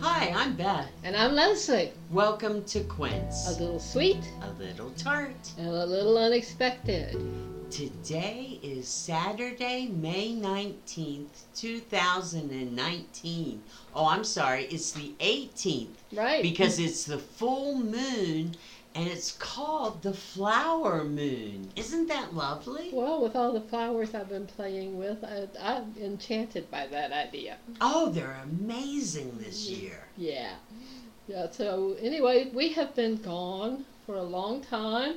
Hi, I'm Beth. And I'm Leslie. Welcome to A Quince, little sweet a little tart. and a little unexpected. Today is Saturday, May 19th, 2019. Oh, I'm sorry, it's the 18th Right. because it's the full moon and it's called the flower moon. Isn't that lovely? well, with all the flowers I've been playing with, I, I'm enchanted by that idea. Oh, they're amazing this year. Yeah. Yeah, so anyway, we have been gone for a long time.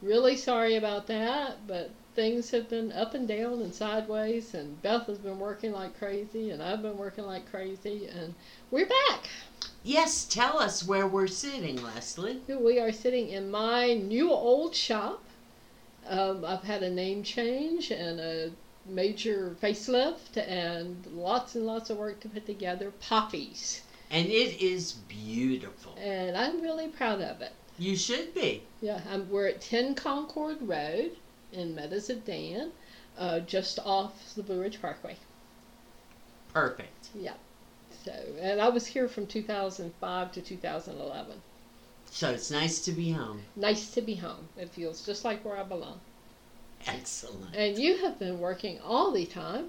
Really sorry about that, but things have been up and down and sideways, and Beth has been working like crazy, and I've been working like crazy, and we're back. Yes, tell us where we're sitting, Leslie. Here We are sitting in my new old shop. Um, I've had a name change and a major facelift and lots and lots of work to put together poppies. And it is beautiful. And I'm really proud of it. You should be. Yeah, I'm, we're at 10 Concord Road in Meadows of Dan, uh, just off the Blue Ridge Parkway. Perfect. So, and I was here from 2005 to 2011. So it's nice to be home. Nice to be home. It feels just like where I belong. Excellent. And you have been working all the time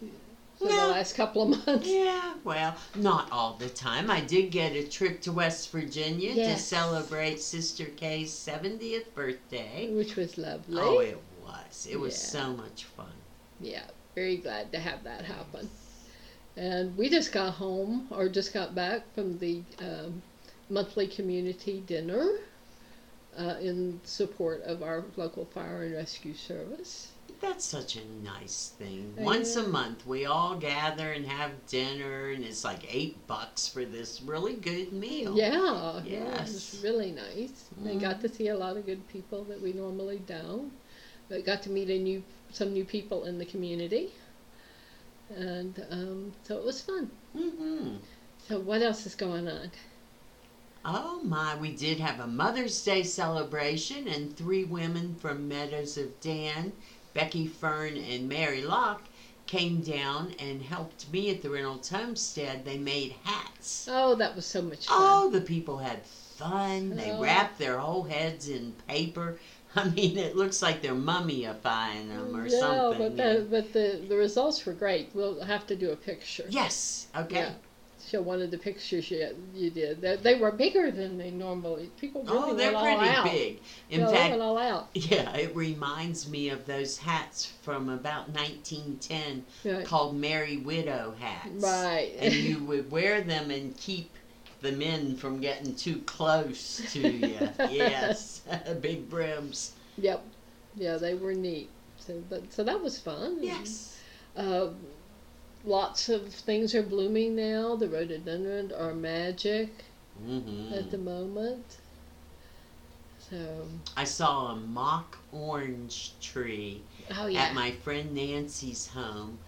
for Yeah. the last couple of months. Yeah, well, not all the time. I did get a trip to West Virginia to Yes. celebrate Sister Kay's 70th birthday. Which was lovely. Oh, it was. It was Yeah. so much fun. Yeah, very glad to have that happen. And we just got home or just got back from the um, monthly community dinner uh, in support of our local fire and rescue service. That's such a nice thing. I Once a know. month, we all gather and have dinner, and it's like eight bucks for this really good meal. Yeah, Mm-hmm. yeah, it Yes. was really nice. And got to see a lot of good people that we normally don't. But got to meet a new some new people in the community, and um, so it was fun. hmm So what else is going on? Oh my, we did have a Mother's Day celebration, and three women from Meadows of Dan, Becky Fern, and Mary Locke, came down and helped me at the Reynolds Homestead. They made hats. Oh, that was so much fun. Oh, the people had fun. They Oh. wrapped their whole heads in paper. I mean, it looks like they're mummifying them or yeah, something. but the, but the the results were great. We'll have to do a picture. yes, okay. Yeah. Show one of the pictures you, you did. They, they were bigger than they normally. People really Oh, they're went all pretty out. big. In yeah, they fact, went all out. Yeah, it reminds me of those hats from about 1910 Yeah. called Merry Widow hats. Right. And you would wear them and keep the men from getting too close to you. yes, big brims. Yep. Yeah, they were neat. So that so that was fun. Yes. Uh, lots of things are blooming now. The rhododendron are magic at the hmm moment. So I saw a mock orange tree oh at my friend Nancy's home.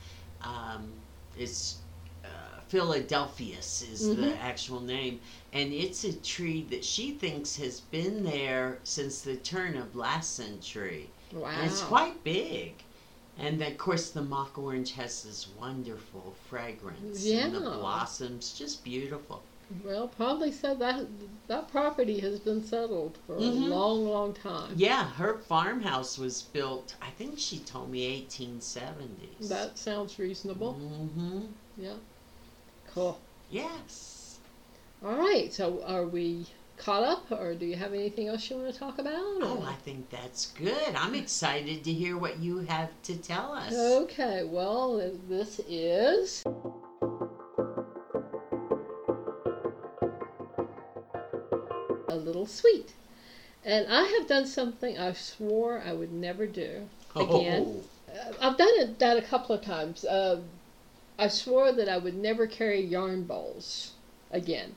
Um, it's uh, Philadelphius is the Mhm. actual name, and it's a tree that she thinks has been there since the turn of last century. wow. And it's quite big. And then, of course, the mock orange has this wonderful fragrance, and the Yeah. blossoms just beautiful. well, probably so that that property has been settled for Mhm. a long, long time. Yeah, her farmhouse was built. I think she told me 1870s. That sounds reasonable. hmm Mm-hmm. Cool. Yes. All right. So are we caught up, or do you have anything else you want to talk about? Oh, or- I think that's good. I'm excited to hear what you have to tell us. Okay, well, th- this is. A little sweet. And I have done something I swore I would never do. again. Uh, I've done it that a couple of times. Uh, I swore that I would never carry yarn balls again.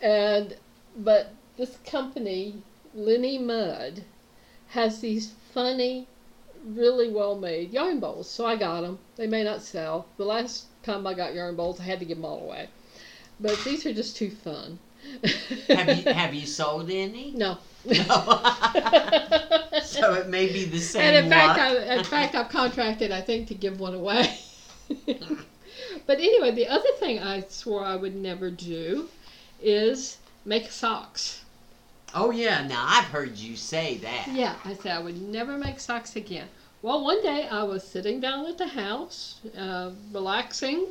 And but this company, Lenny Mudd, has these funny, really well made yarn bowls. So I got them. They may not sell. The last time I got yarn bowls, I had to give them all away. But these are just too fun. have you have you sold any? no. No. so it may be the same. and in luck. fact, I, in fact, I've contracted, I think, to give one away. but anyway, the other thing I swore I would never do is make socks. Oh yeah, now I've heard you say that. Yeah, I said I would never make socks again. Well, one day I was sitting down at the house, uh, relaxing,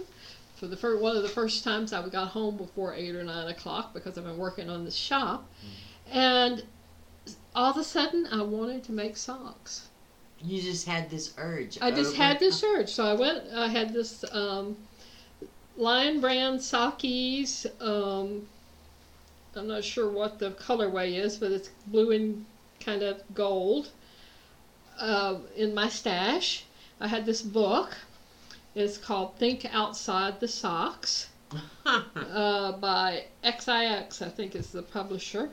for the first, one of the first times I got home before eight or nine o'clock because I've been working on the shop, and all of a sudden I wanted to make socks. You just had this urge. I just over- had this urge, so I went. I had this um, Lion Brand Sakis. Um, I'm not sure what the colorway is, but it's blue and kind of gold. Uh, in my stash, I had this book. It's called Think Outside the Socks uh, by XIX, I think is the publisher.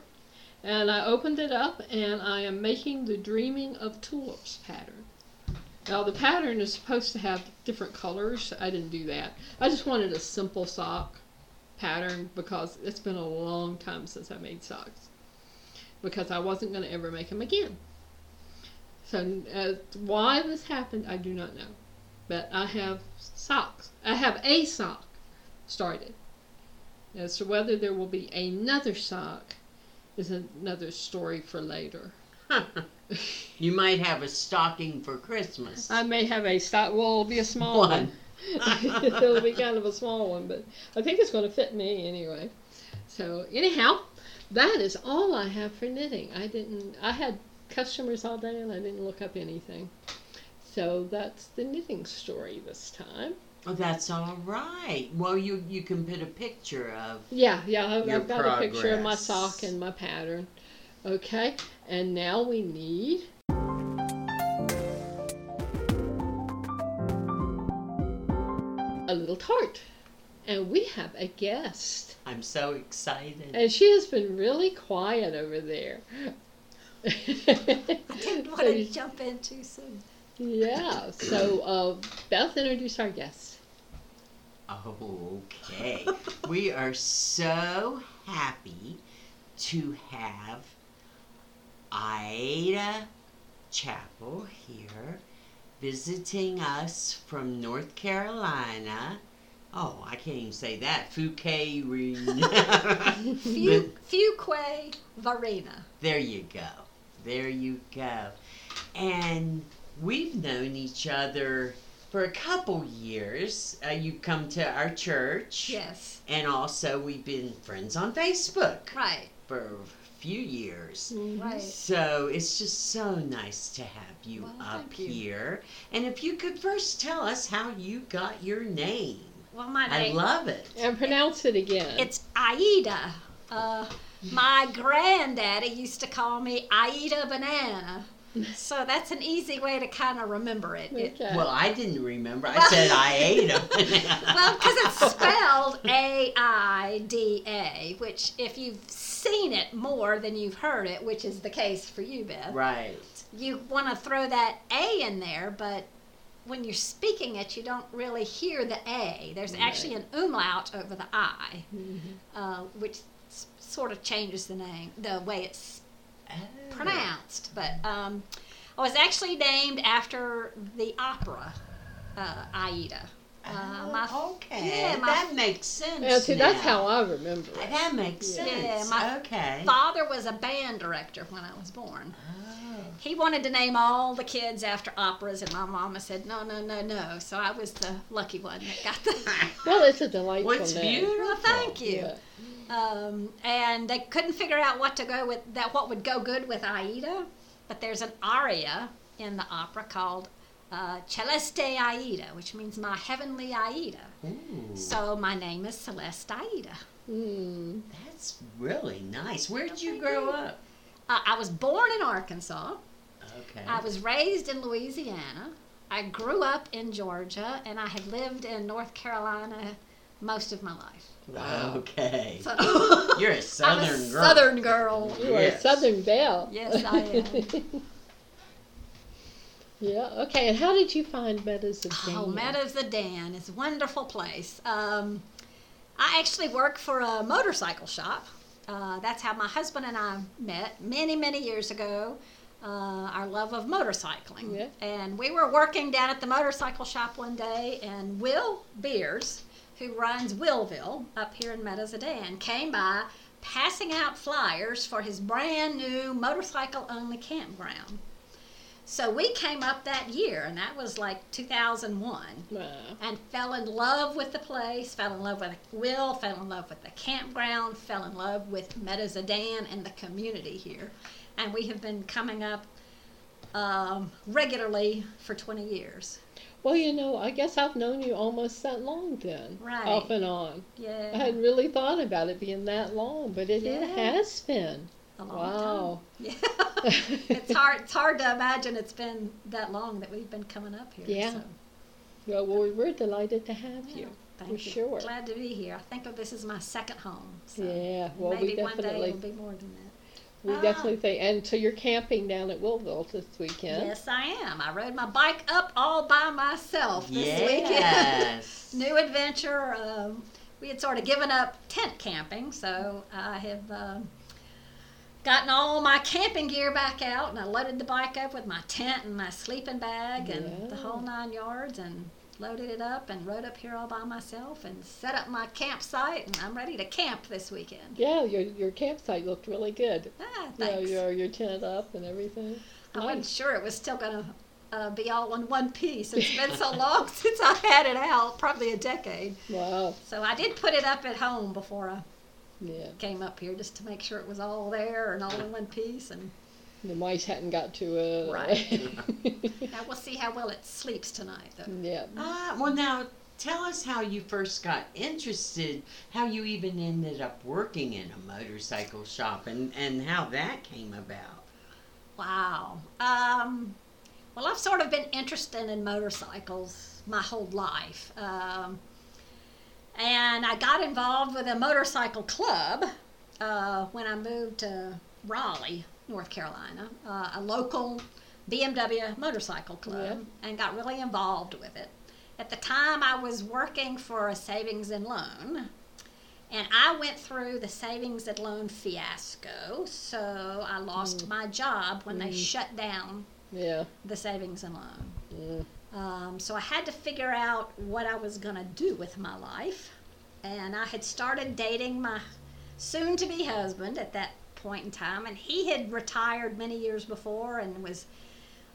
And I opened it up and I am making the Dreaming of Tulips pattern. Now, the pattern is supposed to have different colors. I didn't do that. I just wanted a simple sock pattern because it's been a long time since I made socks because I wasn't going to ever make them again. So, uh, why this happened, I do not know. But I have socks. I have a sock started. As to whether there will be another sock is another story for later. you might have a stocking for Christmas. I may have a sock. Well, it'll be a small one. One. It'll be kind of a small one, but I think it's going to fit me anyway. So anyhow, that is all I have for knitting. I didn't. I had customers all day, and I didn't look up anything. So that's the knitting story this time. Oh, that's all right. Well, you you can put a picture of. Yeah, yeah. I've, Your I've got a picture of my progress. sock and my pattern. Okay, and now we need a little tart, and we have a guest, I'm so excited. and she has been really quiet over there. I didn't want to jump in too soon. yeah. So, uh, Beth, introduce our guest. Okay. we are so happy to have Aida Chapel here visiting us from North Carolina. Oh, I can't even say that. Fouquet. Fu- Fuquay Varena. There you go. There you go. And we've known each other for a couple years. Uh, you've come to our church. Yes, And also, we've been friends on Facebook right, for a few years. right. So it's just so nice to have you Well, up thank you. here. And if you could first tell us how you got your name, Well, my I name love it. And pronounce it again. it's Aida. Uh, my granddaddy used to call me Aida Banana, so that's an easy way to kind of remember it. it okay. Well, I didn't remember. I said I ate them. well, because it's spelled A I D A, which if you've seen it more than you've heard it, which is the case for you, Beth. right. you want to throw that A in there, but when you're speaking it, you don't really hear the A. There's actually an umlaut over the I, uh, which s- sort of changes the name, the way it's Oh. pronounced. But um, I was actually named after the opera uh, Aida. Uh, my f- Oh, okay. yeah, my that makes sense. Now, see, that's now. how I remember it. That makes Yeah. sense. Yeah, my okay. father was a band director when I was born. Oh. He wanted to name all the kids after operas, and my mama said, no, no, no, no. So I was the lucky one that got the. Well, it's a delightful Well, it's name. beautiful. Well, thank you. Yeah. Um, and they couldn't figure out what to go with that. What would go good with Aida? But there's an aria in the opera called uh, Celeste Aida, which means my heavenly Aida. Ooh, So my name is Celeste Aida. Mm. that's really nice. Where did you thank grow you. up? Uh, I was born in Arkansas. Okay. I was raised in Louisiana. I grew up in Georgia, and I have lived in North Carolina most of my life. Okay. So You're a southern I'm a girl. Southern girl. You are a Yes. Southern Belle. Yes, I am. yeah. Okay. And how did you find Meadows of Oh, Dania? Meadows of Dan is a wonderful place. Um, I actually work for a motorcycle shop. Uh, that's how my husband and I met many, many years ago. uh, our love of motorcycling. Yeah. And we were working down at the motorcycle shop one day, and Will Beers, who runs Willville up here in Meadows of Dan, came by passing out flyers for his brand new motorcycle only campground. So we came up that year, and that was like 2001 Wow. and fell in love with the place, fell in love with Will, fell in love with the campground, fell in love with Meadows of Dan and the community here. And we have been coming up um, regularly for 20 years. Well, you know, I guess I've known you almost that long then. Right. Off and on. I Yeah, hadn't really thought about it being that long, but it, Yeah. it has been. a long time. Wow. Yeah. it's hard. It's hard to imagine it's been that long that we've been coming up here. Yeah. so, Well, well, we're delighted to have yeah, you. thank for you. sure. Glad to be here. I think of this as my second home. So yeah. Well, maybe we one day definitely it'll be more than that. we Ah. definitely think. And so you're camping down at Willville this weekend. Yes, I am. I rode my bike up all by myself this weekend. Yes. New adventure. Um, we had sort of given up tent camping, so I have um, gotten all my camping gear back out, and I loaded the bike up with my tent and my sleeping bag and the Yeah. whole nine yards, and loaded it up and rode up here all by myself and set up my campsite, and I'm ready to camp this weekend. Yeah, your your campsite looked really good. You Ah, know, thanks. your your tent up and everything. I wasn't Nice. sure it was still going to uh, be all in one piece. It's been so long since I had it out, probably a decade. Wow. So I did put it up at home before I Yeah. came up here just to make sure it was all there and all in one piece. And The mice hadn't got to it. Right. now we'll see how well it sleeps tonight, though. yeah. Ah, well, now tell us how you first got interested, how you even ended up working in a motorcycle shop, and, and how that came about. Wow. Um, well, I've sort of been interested in motorcycles my whole life. Um, and I got involved with a motorcycle club uh, when I moved to Raleigh, North Carolina, uh, a local BMW motorcycle club, and got really involved with it. At the time, I was working for a savings and loan. And I went through the savings and loan fiasco, so I lost my job when they shut down Yeah. the savings and loan. Mm. Um, so I had to figure out what I was going to do with my life. And I had started dating my soon to be husband at that point in time. And he had retired many years before and was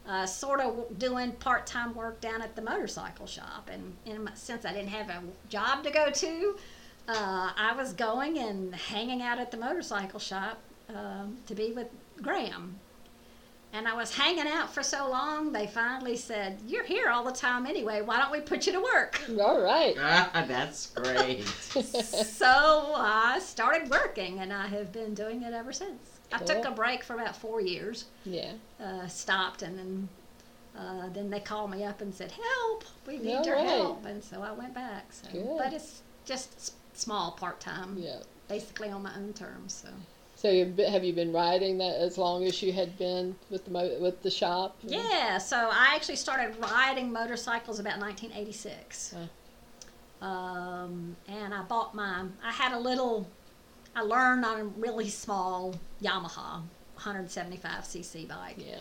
uh, sort of doing part time work down at the motorcycle shop. And in, my- since I didn't have a job to go to, uh, I was going and hanging out at the motorcycle shop um, to be with Graham, and I was hanging out for so long, they finally said, You're here all the time anyway. Why don't we put you to work? All right. Ah, that's great. so I started working, and I have been doing it ever since. I took Cool. a break for about four years, Yeah. uh, stopped, and then. Uh, then they called me up and said, "Help! We need All your right. help." And so I went back. So, Good. but it's just s- small part time, Yeah. basically on my own terms. So So you've been, have you been riding that as long as you had been with the mo- with the shop? Yeah, so I actually started riding motorcycles about 1986. Um, and I bought my, I had a little, I learned on a really small Yamaha 175cc bike. Yeah.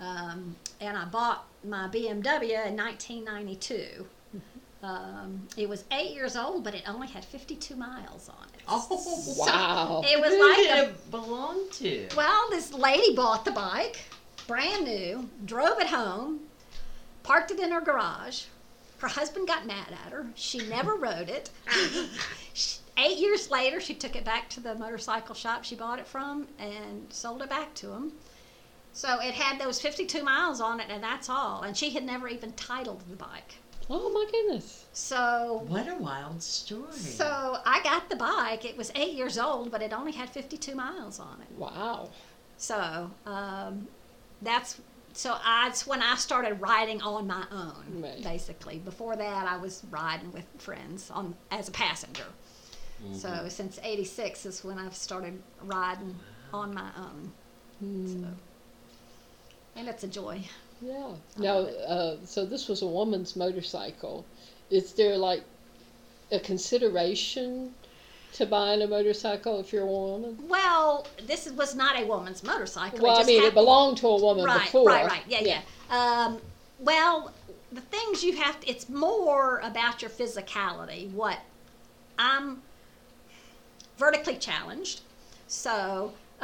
Um, and I bought my BMW in 1992. Um, it was eight years old, but it only had 52 miles on it. Oh, Wow. It was Who like did a it belong to? well, this lady bought the bike, brand new, drove it home, parked it in her garage. Her husband got mad at her. She never rode it. She- Eight years later, she took it back to the motorcycle shop she bought it from and sold it back to him. So it had those 52 miles on it, and that's all. And she had never even titled the bike. Oh my goodness. So what a wild story. so I got the bike. It was eight years old, but it only had 52 miles on it. Wow. So um, that's so I, it's when I started riding on my own, Right. basically. Before that, I was riding with friends on as a passenger. Mm-hmm. So since '86 is when I've started riding on my own, Hmm. and it's a joy. Yeah. Now, uh, so this was a woman's motorcycle. Is there like a consideration to buying a motorcycle if you're a woman? Well, this is- was not a woman's motorcycle. Well, I just mean, it happened- belonged to a woman right, before. Right, right, yeah, yeah. Um, well, the things you have to, it's more about your physicality. What I'm vertically challenged, so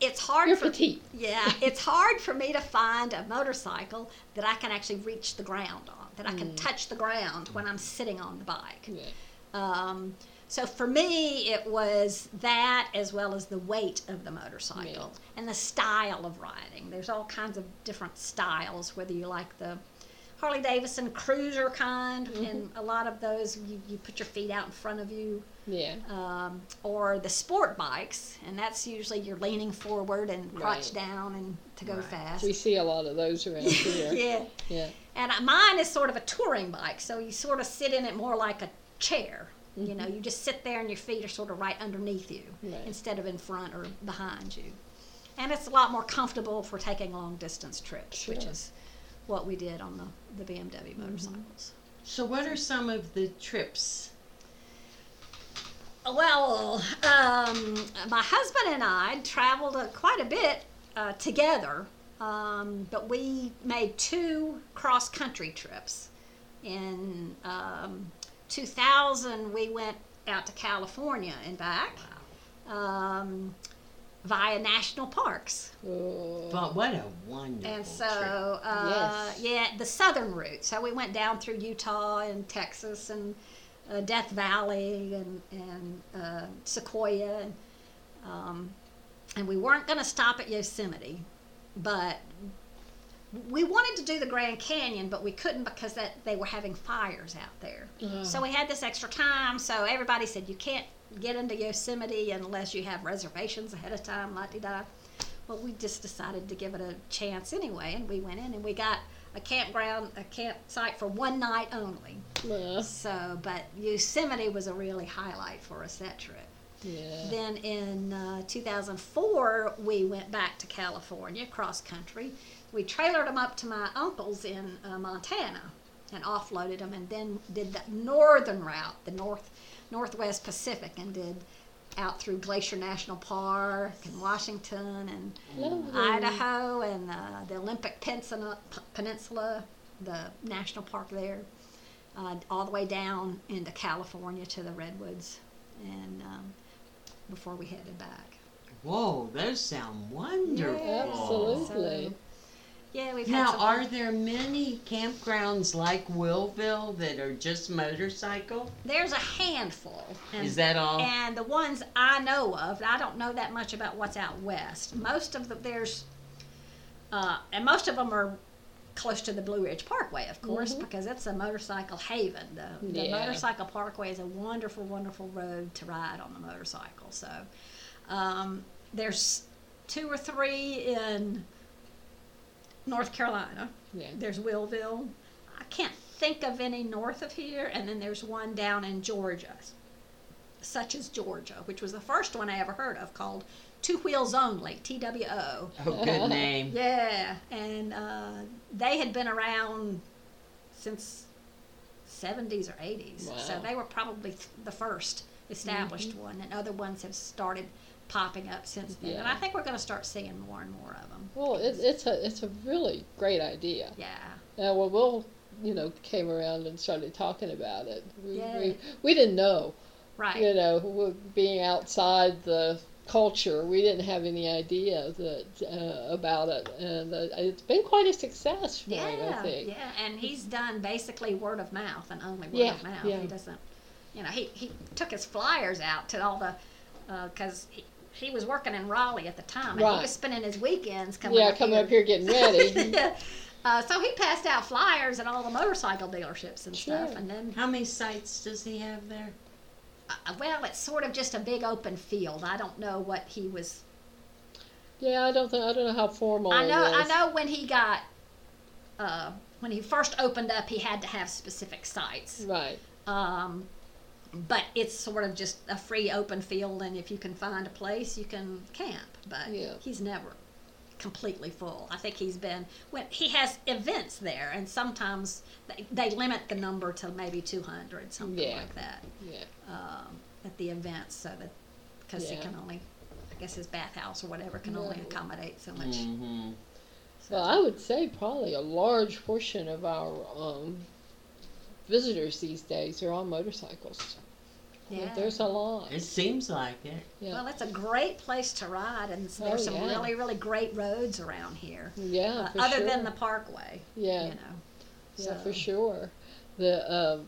it's hard You're for petite. yeah, it's hard for me to find a motorcycle that I can actually reach the ground on, that I can touch the ground when I'm sitting on the bike. Mm. Yeah. Um, so for me, it was that as well as the weight of the motorcycle Yeah. and the style of riding. There's all kinds of different styles, whether you like the Harley Davidson cruiser kind, Mm-hmm. and a lot of those you, you put your feet out in front of you, Yeah. um, or the sport bikes, and that's usually you're leaning forward and Right. crotch down and to go Right. fast. We see a lot of those around here. yeah. Yeah. And I- mine is sort of a touring bike, so you sort of sit in it more like a chair. You know, you just sit there and your feet are sort of right underneath you Mm-hmm. Right. instead of in front or behind you. And it's a lot more comfortable for taking long distance trips, which Sure. Mm-hmm. is what we did on the, the BMW motorcycles. So, what are some of the trips? Well, um, my husband and I traveled uh, quite a bit uh, together, um, but we made two cross country trips. In um, 2000, we went out to California and back um, via national parks. Oh. But what a wonderful And so, uh, Yes. yeah, the southern route. So we went down through Utah and Texas and uh, Death Valley and and uh, Sequoia, and, um, and we weren't going to stop at Yosemite, but we wanted to do the Grand Canyon, but we couldn't because that they were having fires out there. So we had this extra time. So everybody said you can't get into Yosemite unless you have reservations ahead of time. La di da. Well, we just decided to give it a chance anyway, and we went in and we got a campground, a campsite for one night only. Uh, So, but Yosemite was a really highlight for us that trip. yeah. Then in uh, 2004, we went back to California, cross country. We trailered them up to my uncle's in uh, Montana and offloaded them, and then did the northern route, the north northwest Pacific, and did out through Glacier National Park and Washington and Lovely. Idaho and uh, the Olympic Peninsula, P- Peninsula, the national park there, uh, all the way down into California to the redwoods, and um, before we headed back. Whoa, those sound wonderful. Absolutely. Yeah, we've had Now, some- are there many campgrounds like Willville that are just motorcycle? there's a handful. And, Is that all? and the ones I know of, I don't know that much about what's out west. Most of the there's, uh, and most of them are close to the Blue Ridge Parkway, of course, because it's a motorcycle haven. The, the Yeah. motorcycle parkway is a wonderful, wonderful road to ride on the motorcycle. So um, there's two or three in North Carolina. Yeah. There's Willville. I can't think of any north of here, and then there's one down in Georgia, such as Georgia, which was the first one I ever heard of called Two Wheels Only, TWO. Oh, good name. Yeah, and uh, they had been around since 70s or 80s, so Wow. Mm-hmm. they were probably th- the first established one, and other ones have started popping up since then. And I Yeah. think we're going to start seeing more and more of them. Well, it, it's a it's a really great idea. Yeah. Now, when Will, you know, came around and started talking about it, we Yeah. we, we didn't know. Right. You know, we- being outside the culture, we didn't have any idea that uh, about it, and uh, it's been quite a success for Yeah, it. I think. yeah, and he's done basically word of mouth and only word Yeah, of mouth. yeah. He doesn't, you know, he, he took his flyers out to all the, because he, he was working in Raleigh at the time, and he Right. was spending his weekends coming Yeah, up coming up here Mm-hmm. getting ready. yeah. Uh, so he passed out flyers at all the motorcycle dealerships and stuff, Sure. and then How many sites does he have there? uh, well, it's sort of just a big open field. I don't know what he was. yeah, I don't think I don't know how formal. I know. It I is. know when he got, uh, when he first opened up, he had to have specific sites. Right. Um, but it's sort of just a free open field, and if you can find a place, you can camp. But Yeah. he's never completely full. I think he's been when he has events there, and sometimes they, they limit the number to maybe two hundred, something Yeah. like that. Yeah. Um, at the events so that because he Yeah. can only, I guess his bathhouse or whatever can only Right. accommodate so much. Mm-hmm. Well, I would say probably a large portion of our um, visitors these days are on motorcycles. yeah. There's a lot. It seems like it. Yeah. Well, it's a great place to ride, and s- Oh, there's some yeah. really, really great roads around here, yeah, uh, for other sure. than the parkway. yeah, You know. yeah, for so- sure. The um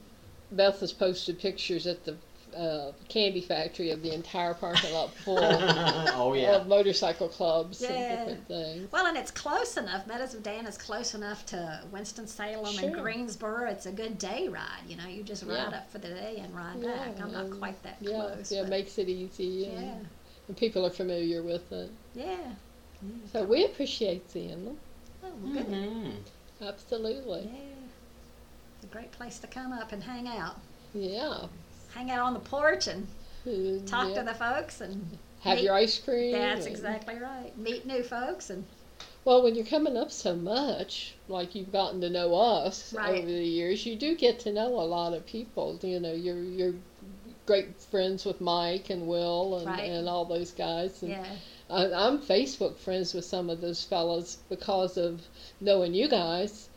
Beth has posted pictures at the uh, candy factory of the entire parking lot full oh yeah. of motorcycle clubs Yeah. and different things. Well, and it's close enough. Meadows of Dan is close enough to Winston Salem and Sure. Greensboro. It's a good day ride. You know, you just ride Yeah. up for the day and ride Yeah, back. I'm not and- quite that Yeah, close. yeah, but makes it easy. And, yeah, and people are familiar with it. yeah. So we appreciate seeing them. Oh, Hmm. well, good. Mm-hmm. Absolutely. Yeah, it's a great place to come up and hang out. Yeah. Hang out on the porch and And, talk yeah. to the folks, and Have meet- your ice cream. that's and- exactly right. Meet new folks and Well, when you're coming up so much, like you've gotten to know us Right. over the years, you do get to know a lot of people. You know, you're you're great friends with Mike and Will and, Right. and all those guys. And yeah, I, I'm Facebook friends with some of those fellas because of knowing you guys.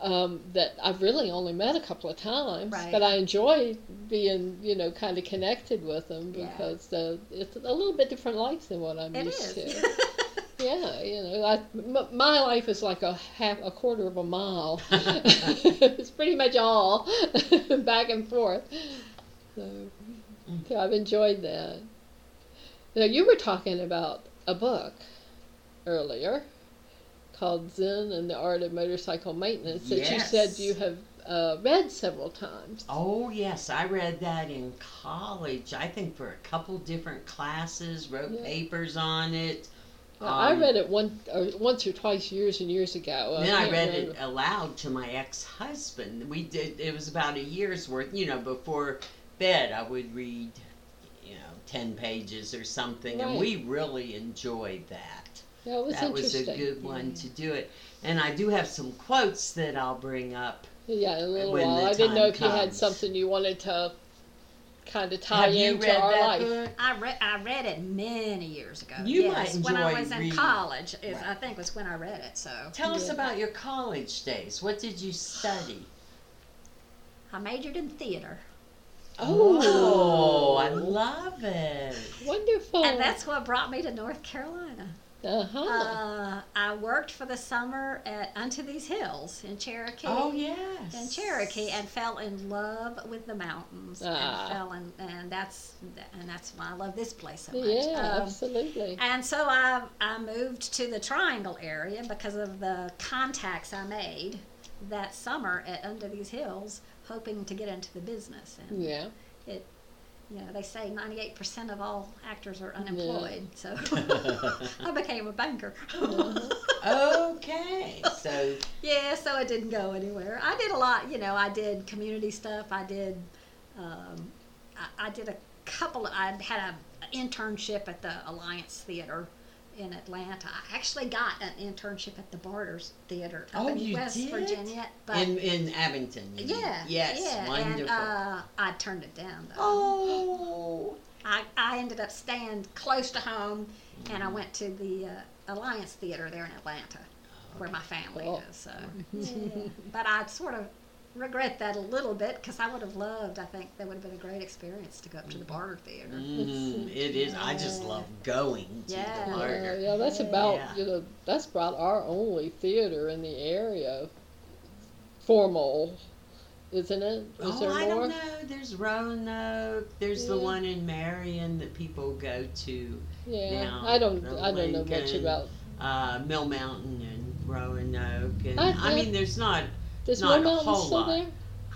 Um, that I've really only met a couple of times, Right. but I enjoy being, you know, kind of connected with them Yeah. because uh, it's a little bit different life than what I'm it used is. to. Yeah, you know, I, m- my life is like a half, a quarter of a mile. it's pretty much all back and forth. So, Mm-hmm. so I've enjoyed that. Now you were talking about a book earlier called Zen and the Art of Motorcycle Maintenance that you said Yes. you have uh, read several times. Oh yes, I read that in college. I think for a couple different classes, wrote Yeah. papers on it. Now, I Um, read it one or once or twice years and years ago. Then I can't read remember. it aloud to my ex-husband. We did. It was about a year's worth. You know, before bed, I would read, you know, ten pages or something, and Right. we really enjoyed that. That was that was interesting. a good one to do it. And I do have some quotes that I'll bring up. Yeah, in a little when the while. I didn't time know if you had comes. something you wanted to kind of tie have you into read our that life. book? I read I read it many years ago. You yes, might when I enjoy was in reading. college. Is, Right. I think was when I read it. So Tell us Yeah. about your college days. What did you study? I majored in theater, Oh, Oh, I love it. wonderful. and that's what brought me to North Carolina. uh-huh. Uh, I worked for the summer at Unto These Hills in Cherokee. Oh yes. in Cherokee and fell in love with the mountains Ah. and fell in, and that's and that's why I love this place so much. yeah, Um, absolutely. and so I I moved to the Triangle area because of the contacts I made that summer at Under These Hills, hoping to get into the business. And yeah, you know they say ninety eight percent of all actors are unemployed, so I became a banker. Uh-huh. okay. So Yeah, so it didn't go anywhere. I did a lot, you know. I did community stuff. I did, um, I, I did a couple. I had an internship at the Alliance Theater in Atlanta. I actually got an internship at the Barters Theater up Oh, in you West did? Virginia, but in in Abington. you mean. yeah, Yes. yeah, Wonderful. and uh, I turned it down though. oh. I, I ended up staying close to home, and Mm-hmm. I went to the uh, Alliance Theater there in Atlanta, where my family Oh. Cool. is. So, yeah. but I sort of regret that a little bit because I would have loved. I think that would have been a great experience to go up to the Mm-hmm. Barter Theater. Mm, it is. I just love going to Yeah. the yeah, larder. Uh, yeah. That's about Yeah. you know that's about our only theater in the area. Formal, isn't it? Is Oh, there I more? don't know. There's Roanoke. There's the Mm. Yeah. one in Marion that people go to. Yeah, now, I don't. the I don't know much Lincoln. about. Uh, Mill Mountain and Roanoke. And I I, think- mean, there's not. Does Not Mill a Mountain whole still lot. there?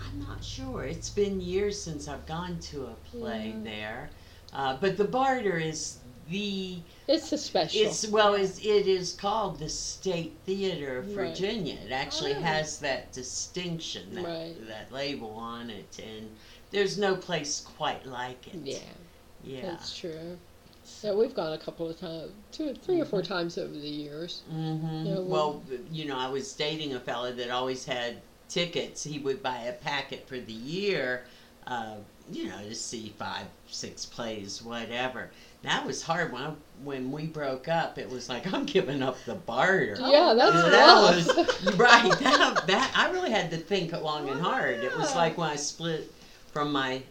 I'm not sure. It's been years since I've gone to a play Yeah. there. Uh, but the barter is the It's a special. it's well is it is called the State Theater of Right. Virginia. It actually Oh. has that distinction, that Right. that label on it, and there's no place quite like it. yeah. Yeah. That's true. Yeah, we've gone a couple of times, two, or 3 or four times over the years. hmm Yeah, well, you know, I was dating a fella that always had tickets. He would buy a packet for the year uh, you know, to see five, six plays, whatever. That was hard when I, when we broke up. It was like I'm giving up the barter. Yeah, that's And rough. that was right. That, that I really had to think long and hard. It was Yeah. like when I split from my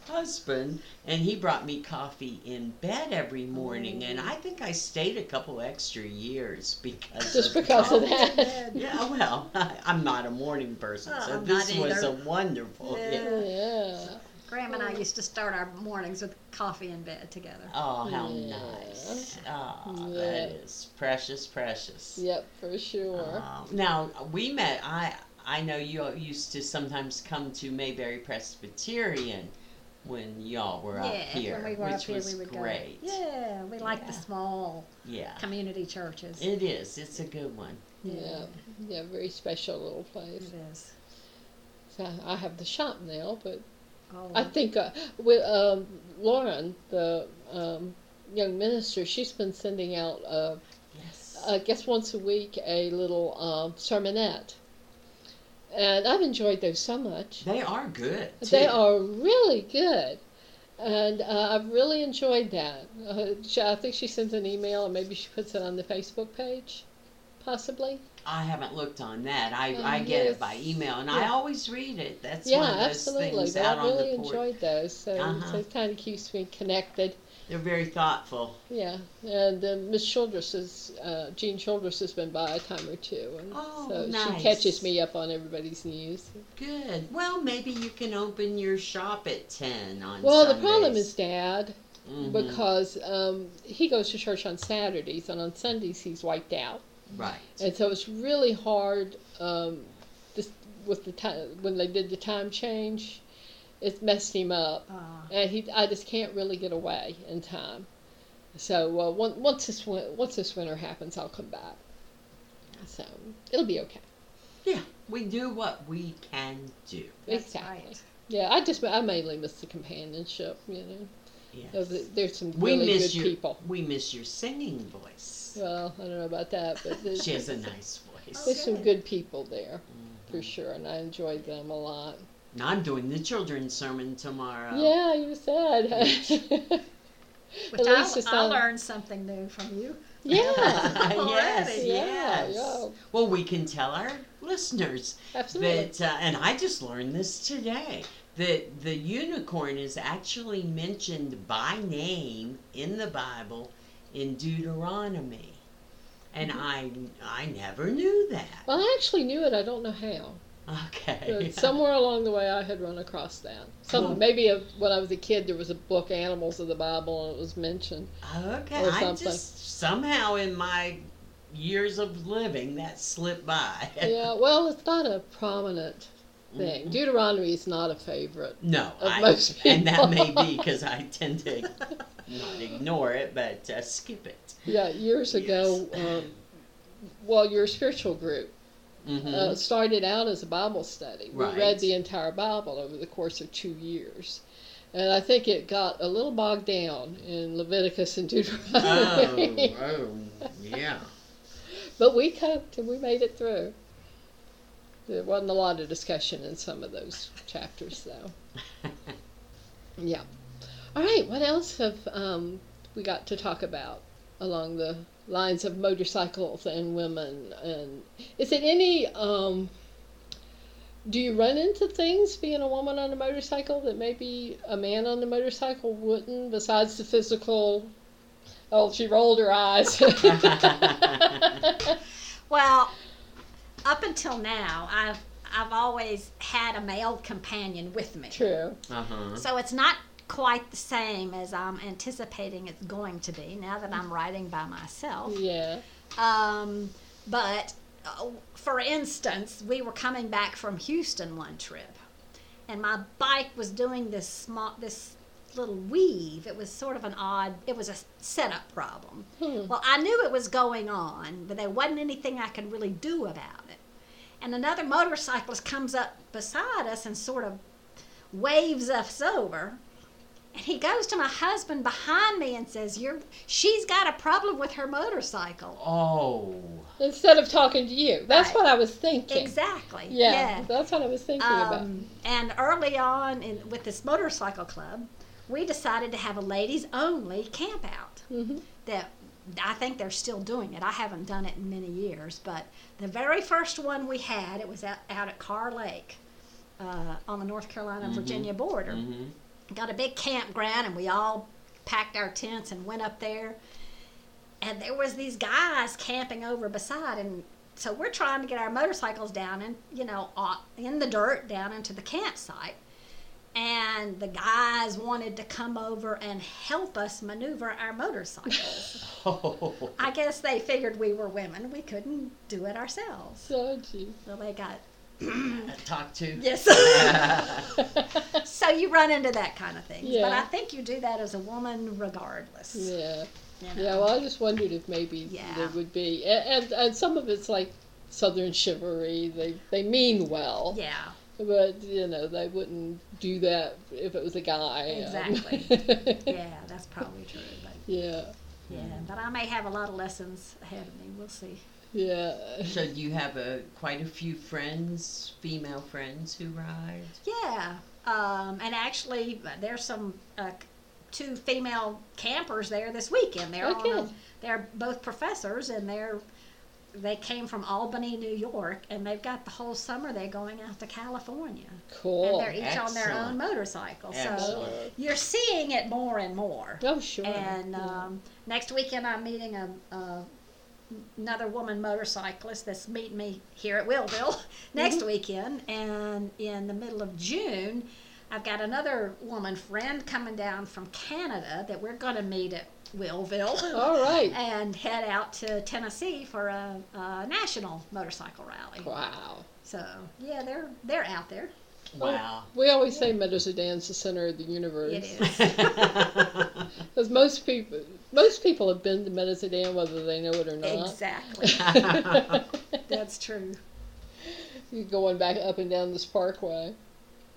ex-husband, and he brought me coffee in bed every morning, and I think I stayed a couple extra years because Just of because of coffee. that. Yeah, well, I, I'm not a morning person, Oh, so I'm this not was either. a wonderful. Yeah. hit. Yeah. Graham and I used to start our mornings with coffee in bed together. Oh, how Yeah. nice! Oh, Yeah. that is precious, precious. Yep, for sure. Um, now we met. I I know you all used to sometimes come to Mayberry Presbyterian when y'all were up yeah, Uh, here, when we were which up here, was we would great. go. Yeah, we like the Yeah. small Yeah. community churches. it is. It's a good one. Yeah. Yeah, very special little it place. is. So I have the shop now, but Oh, I think uh, with um, Lauren, the um, young minister, she's been sending out, uh, Yes. I guess once a week, a little um, sermonette. And I've enjoyed those so much. they are good. They too. are really good. And uh, I've really enjoyed that. Uh, she, I think she sends an email, and maybe she puts it on the Facebook page, possibly. I haven't looked on that. I, Um, I get yes. it by email, and I Yeah. always read it. That's yeah, one of those absolutely. things But out I really on the porch. enjoyed those. So, Uh-huh. so it kind of keeps me connected. They're very thoughtful. Yeah, and uh, Miss Childress is uh, Jean Childress has been by a time or two, and Oh, so she nice. catches me up on everybody's news. Good. Well, maybe you can open your shop at ten on. Well, the problem Sundays. is Dad Mhm. because um, he goes to church on Saturdays, and on Sundays he's wiped out, right. and so it's really hard. Um, this, with the time when they did the time change, it messed him up. uh, and he I just can't really get away in time. So uh, on- once this win- once this winter happens, I'll come back. So it'll be okay. Yeah, we do what we can do. that's exactly. right. Yeah, I just I mainly miss the companionship. You know, Yes. Though th- there's some we really miss good your people. we miss your singing voice. Well, I don't know about that, but there's, She has a nice voice. there's some good. good people there for Mhm. sure, and I enjoyed them a lot. And I'm doing the children's sermon tomorrow. Yeah, you said. Which I, least it's I on- learned something new from you. yeah. yes, Already. Yeah, yes. yeah. Well, we can tell our listeners Absolutely. that, uh, and I just learned this today, that the unicorn is actually mentioned by name in the Bible in Deuteronomy. And Mm-hmm. I I never knew that. Well, I actually knew it. I don't know how. Okay. But somewhere along the way, I had run across that. Some Well- maybe a, when I was a kid, there was a book, Animals of the Bible, and it was mentioned. Okay, or I something. just somehow in my years of living that slipped by. yeah, well, it's not a prominent thing. Deuteronomy is not a favorite. No, Of I, most and that may people. be because I tend to not ignore it, but uh, skip it. Yeah, years ago, um, well, your spiritual group Mhm. uh, started out as a Bible study. We Right. read the entire Bible over the course of two years. And I think it got a little bogged down in Leviticus and oh, Deuteronomy. oh, yeah. But we coped and we made it through. There wasn't a lot of discussion in some of those chapters, though. Yeah. All right. What else have um, we got to talk about along the lines of motorcycles and women? And is it any? Um, do you run into things being a woman on a motorcycle that maybe a man on the motorcycle wouldn't? Besides the physical. Oh, she rolled her eyes. Well, up until now, I've I've always had a male companion with me. True. Uh huh. So it's not quite the same as I'm anticipating it's going to be now that I'm riding by myself. Yeah. Um, but uh, for instance, we were coming back from Houston one trip, and my bike was doing this small this little weave. It was sort of an odd. It was a setup problem. Hmm. Well, I knew it was going on, but there wasn't anything I could really do about it. And another motorcyclist comes up beside us and sort of waves us over. And he goes to my husband behind me and says, "You're she's got a problem with her motorcycle." Oh. Instead of talking to you. That's Right. what I was thinking. Exactly. Yeah, That's what I was thinking about. Um, and early on in, with this motorcycle club, we decided to have a ladies only camp out. hmm That I think they're still doing it. I haven't done it in many years, but the very first one we had, it was out, out at Car Lake uh, on the North Carolina Mhm. Virginia border. Mm-hmm. Got a big campground, and we all packed our tents and went up there. And there was these guys camping over beside, and so we're trying to get our motorcycles down and you know o- in the dirt down into the campsite. And the guys wanted to come over and help us maneuver our motorcycles. Oh. I guess they figured we were women; we couldn't do it ourselves. So, gee. So they got Talk to. yes. so you run into that kind of thing. But I Yeah. think you do that as a woman regardless. yeah. you Yeah, know. well, I just wondered if maybe Yeah. there would be, and, and and some of it's like Southern chivalry. They they mean well, Yeah. but you know they wouldn't do that if it was a guy. um, Exactly. Yeah, that's probably true. But yeah, yeah, but I may have a lot of lessons ahead of me. We'll see. yeah. So you have a quite a few friends, female friends who ride. Yeah, um, and actually, uh, there's some uh, c- two female campers there this weekend. They're on a, Okay. they're both professors, and they're they came from Albany, New York, and they've got the whole summer. They're going out to California, and Cool. they're each on their Oh, excellent. own motorcycle. So Excellent. you're seeing it more and more. Oh sure. And Yeah. um, next weekend, I'm meeting a, a another woman motorcyclist that's meeting me here at Willville next Mm-hmm. weekend. And in the middle of June, I've got another woman friend coming down from Canada that we're going to meet at Willville all right. uh, and head out to Tennessee for a, a national motorcycle rally. Wow. So yeah, they're they're out there. Wow. We always say Meadows of Dan's the center of the universe. It is. Oh. Because most people, most people have been to Meadows of Dan, whether they know it or not. exactly. That's true. You're going back up and down this parkway.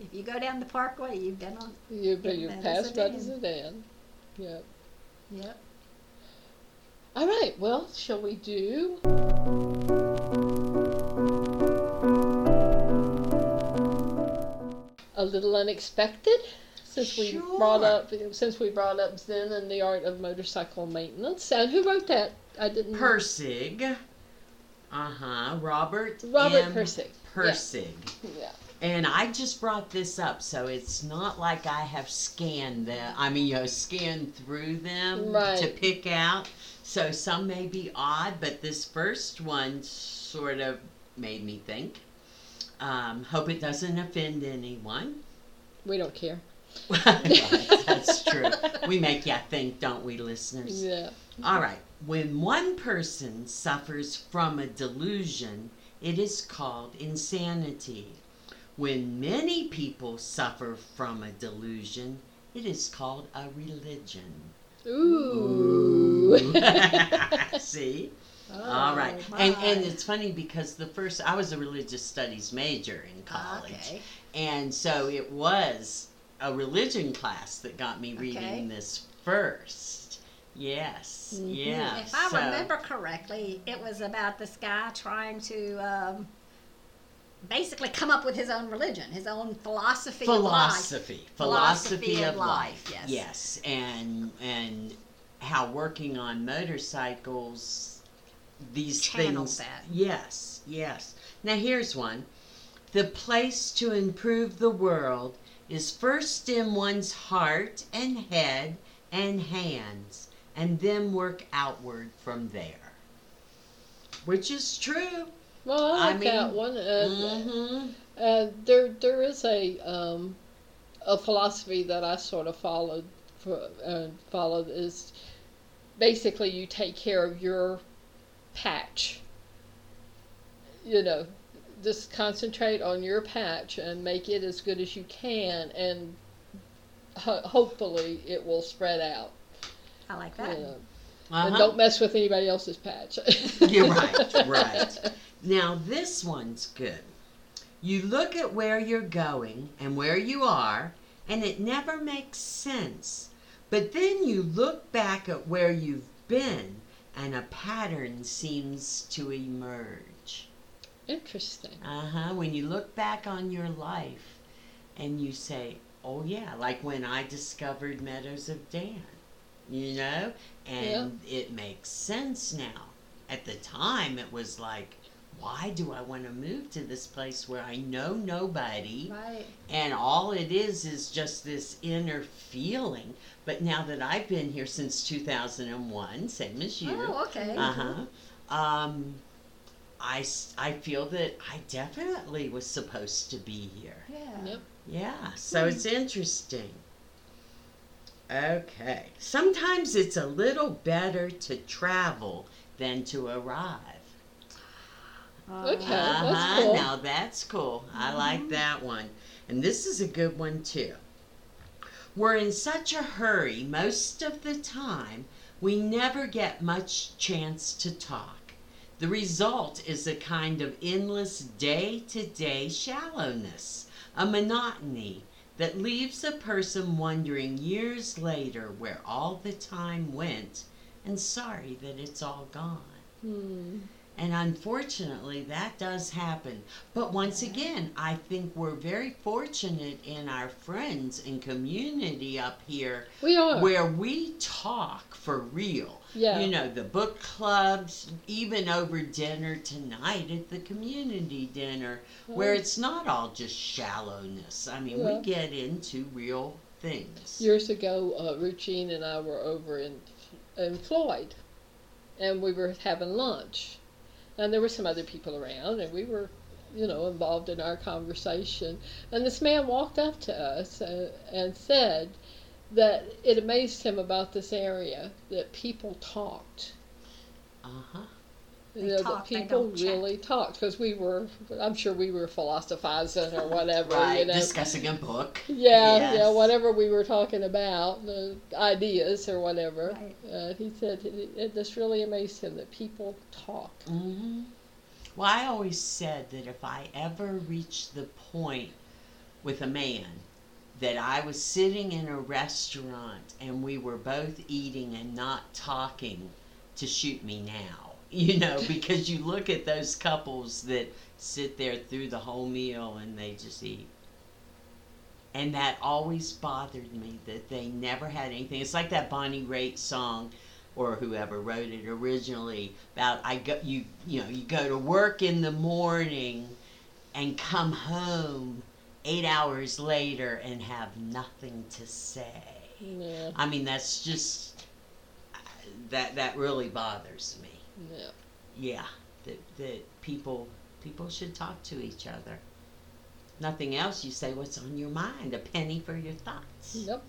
If you go down the parkway, you've been on. You Yeah, but you Meadows pass of Meadows Dan. of Dan. Yep. Yep. All right. Well, shall we do? A little unexpected, since we brought Sure. up since we brought up Zen and the art of motorcycle maintenance. And who wrote that? I didn't. Persig. Uh huh. Robert. Robert M. Persig. Persig. Yeah. And I just brought this up, so it's not like I have scanned them. I mean, you know, scanned through them Right. to pick out. So some may be odd, but this first one sort of made me think. Um, hope it doesn't offend anyone. We don't care. Right, That's true. We make ya think, don't we, listeners? Yeah. All right. When one person suffers from a delusion, it is called insanity. When many people suffer from a delusion, it is called a religion. Ooh. See? Oh, All right. And and my. it's funny because the first I was a religious studies major in college. Ah, Okay. And so it was a religion class that got me Okay. reading this first. Yes. Mhm. Yeah. Mm-hmm. If I so- remember correctly, it was about this guy trying to um, basically come up with his own religion, his own philosophy. Of life. philosophy Philosophy philosophy of of life life, yes. yes and and how working on motorcycles these Channels things that. yes yes now here's one the place to improve the world is first in one's heart and head and hands and then work outward from there which is true Well, I I like that mean, one. Uh, mm-hmm. Uh, there, there is a um, a philosophy that I sort of followed. For, uh, followed is basically you take care of your patch. You know, just concentrate on your patch and make it as good as you can, and ho- hopefully it will spread out. I like You that. know. And uh-huh. don't mess with anybody else's patch. You're right, right. Now, this one's good. You look at where you're going and where you are, and it never makes sense. But then you look back at where you've been and a pattern seems to emerge. Interesting. Uh huh. When you look back on your life and you say, oh yeah, like when I discovered Meadows of Dan, you know? And it makes sense now. At the time, it was like, why do I want to move to this place where I know nobody? Right. And all it is is just this inner feeling. But now that I've been here since 2001, same as you, Oh, okay. uh huh, um, I, s- I feel that I definitely was supposed to be here. Yeah. Yep. Yeah, so it's interesting. Okay. Sometimes it's a little better to travel than to arrive. Uh, Okay. that's uh, cool. Uh-huh, Mm-hmm. Now that's cool. I like that one. And this is a good one too. We're in such a hurry most of the time, we never get much chance to talk. The result is a kind of endless day to day shallowness, a monotony that leaves a person wondering years later where all the time went and sorry that it's all gone. Hmm. And unfortunately, that does happen. But once again, I think we're very fortunate in our friends and community up here We are. where we talk for real. yeah. You know, the book clubs, even over dinner tonight at the community dinner, where Well, it's not all just shallowness. I mean, Mm-hmm. Yeah. we get into real things. years ago, uh, Regine and I were over in in Floyd, and we were having lunch, and there were some other people around, and we were, you know, involved in our conversation. And this man walked up to us and, and said that it amazed him about this area that people talked. uh huh. You They know, talk, they that people don't chat. really talked because we were, I'm sure we were philosophizing or whatever. Right, you know. discussing a book. Yeah, yeah, Yes. whatever we were talking about, the ideas or whatever. Right. Uh, he said it, it just really amazed him that people talk. hmm Well, I always said that if I ever reached the point with a man that I was sitting in a restaurant and we were both eating and not talking, to shoot me now. You know, because you look at those couples that sit there through the whole meal and they just eat. And that always bothered me that they never had anything. It's like that Bonnie Raitt song or whoever wrote it originally about I go you you know you go to work in the morning and come home 8 hours later and have nothing to say. Yeah, I mean that's just that that really bothers me. yeah. Yeah, that that people people should talk to each other. Nothing else you say what's on your mind, a penny for your thoughts. Yep,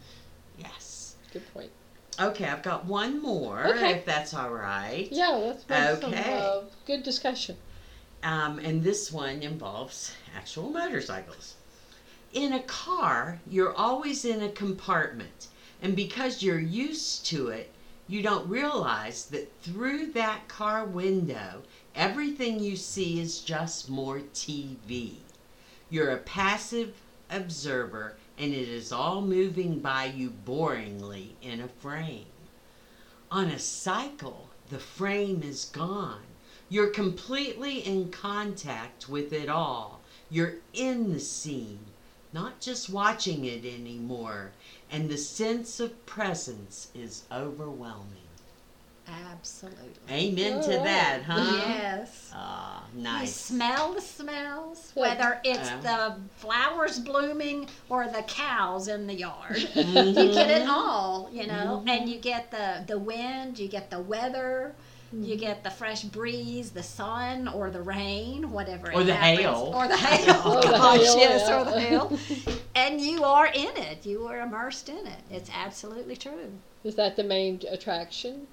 Yes. good point. Okay, I've got one more Okay. if that's all right. Yeah, that's been some Okay. uh, good discussion. Um, and this one involves actual motorcycles. In a car, you're always in a compartment, and because you're used to it, you don't realize that through that car window, everything you see is just more TV. You're a passive observer, and it is all moving by you boringly in a frame. On a cycle, the frame is gone. You're completely in contact with it all. You're in the scene, not just watching it anymore, and the sense of presence is overwhelming. Absolutely. Amen to All right. that, huh? Yes. Ah, You nice. smell the smells, Well, whether it's uh, the flowers blooming or the cows in the yard. Mhm. you get it all, you know, Mm-hmm. and you get the the wind, you get the weather, Mm. you get the fresh breeze, the sun or the rain, whatever. Or it the happens. hail. or the hail. Or the Gosh, hail, yes, yeah. or the hail. And you are in it. You are immersed in it. It's absolutely true. Is that the main attraction?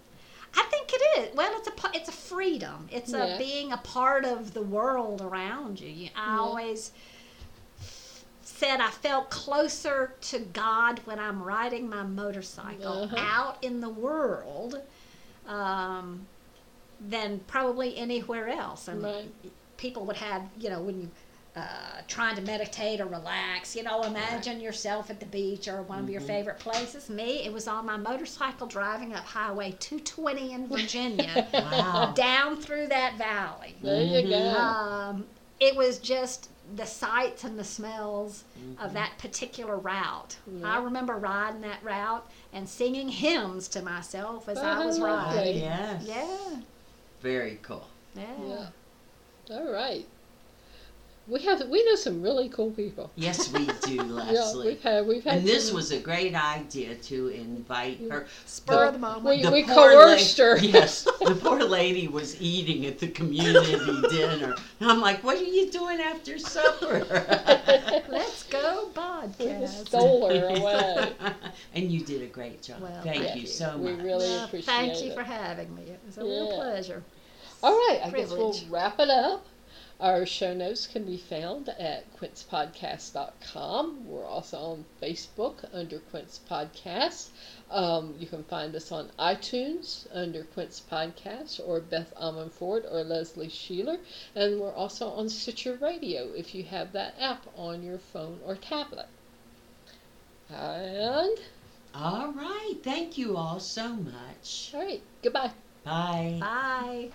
I think it is. Well, it's a pa- it's a freedom. It's Yeah. a being a part of the world around you. you I Yeah. always said I felt closer to God when I'm riding my motorcycle Uh-huh. out in the world um, than probably anywhere else. And Right. people would have you know when you uh, trying to meditate or relax. You know, imagine yourself at the beach or one of Mm-hmm. your favorite places. Me, it was on my motorcycle driving up Highway 220 in Virginia, Oh. uh, Wow. down through that valley. There you go. Um, it was just the sights and the smells of that particular route. Mm-hmm. Yeah. I remember riding that route and singing hymns to myself as I Oh, was lovely. riding. Ah, yes. Yeah, Very cool. yeah. Mm-hmm. Yeah. All right. We have we know some really cool people. Yes, we do, Yeah, Leslie. we've had we've had. And this some- was a great idea to invite her. Spur of the moment. We, The we poor la- coerced her. Yes, the poor lady was eating at the community dinner. And I'm like, what are you doing after supper? Let's go we just podcast. stole her away. and you did a great job. Well, thank thank you you. so We much. really Well, appreciate thank you it. for having me. It was a real Yeah. pleasure. All right, I guess Privilege. we'll wrap it up. Our show notes can be found at quincepodcast.com. We're also on Facebook under Quince Podcast. Um, you can find us on iTunes under Quince Podcast or Beth Almond Ford or Leslie Sheeler. And we're also on Stitcher Radio if you have that app on your phone or tablet. And, All right. Thank you all so much. all right, goodbye. Bye. Bye.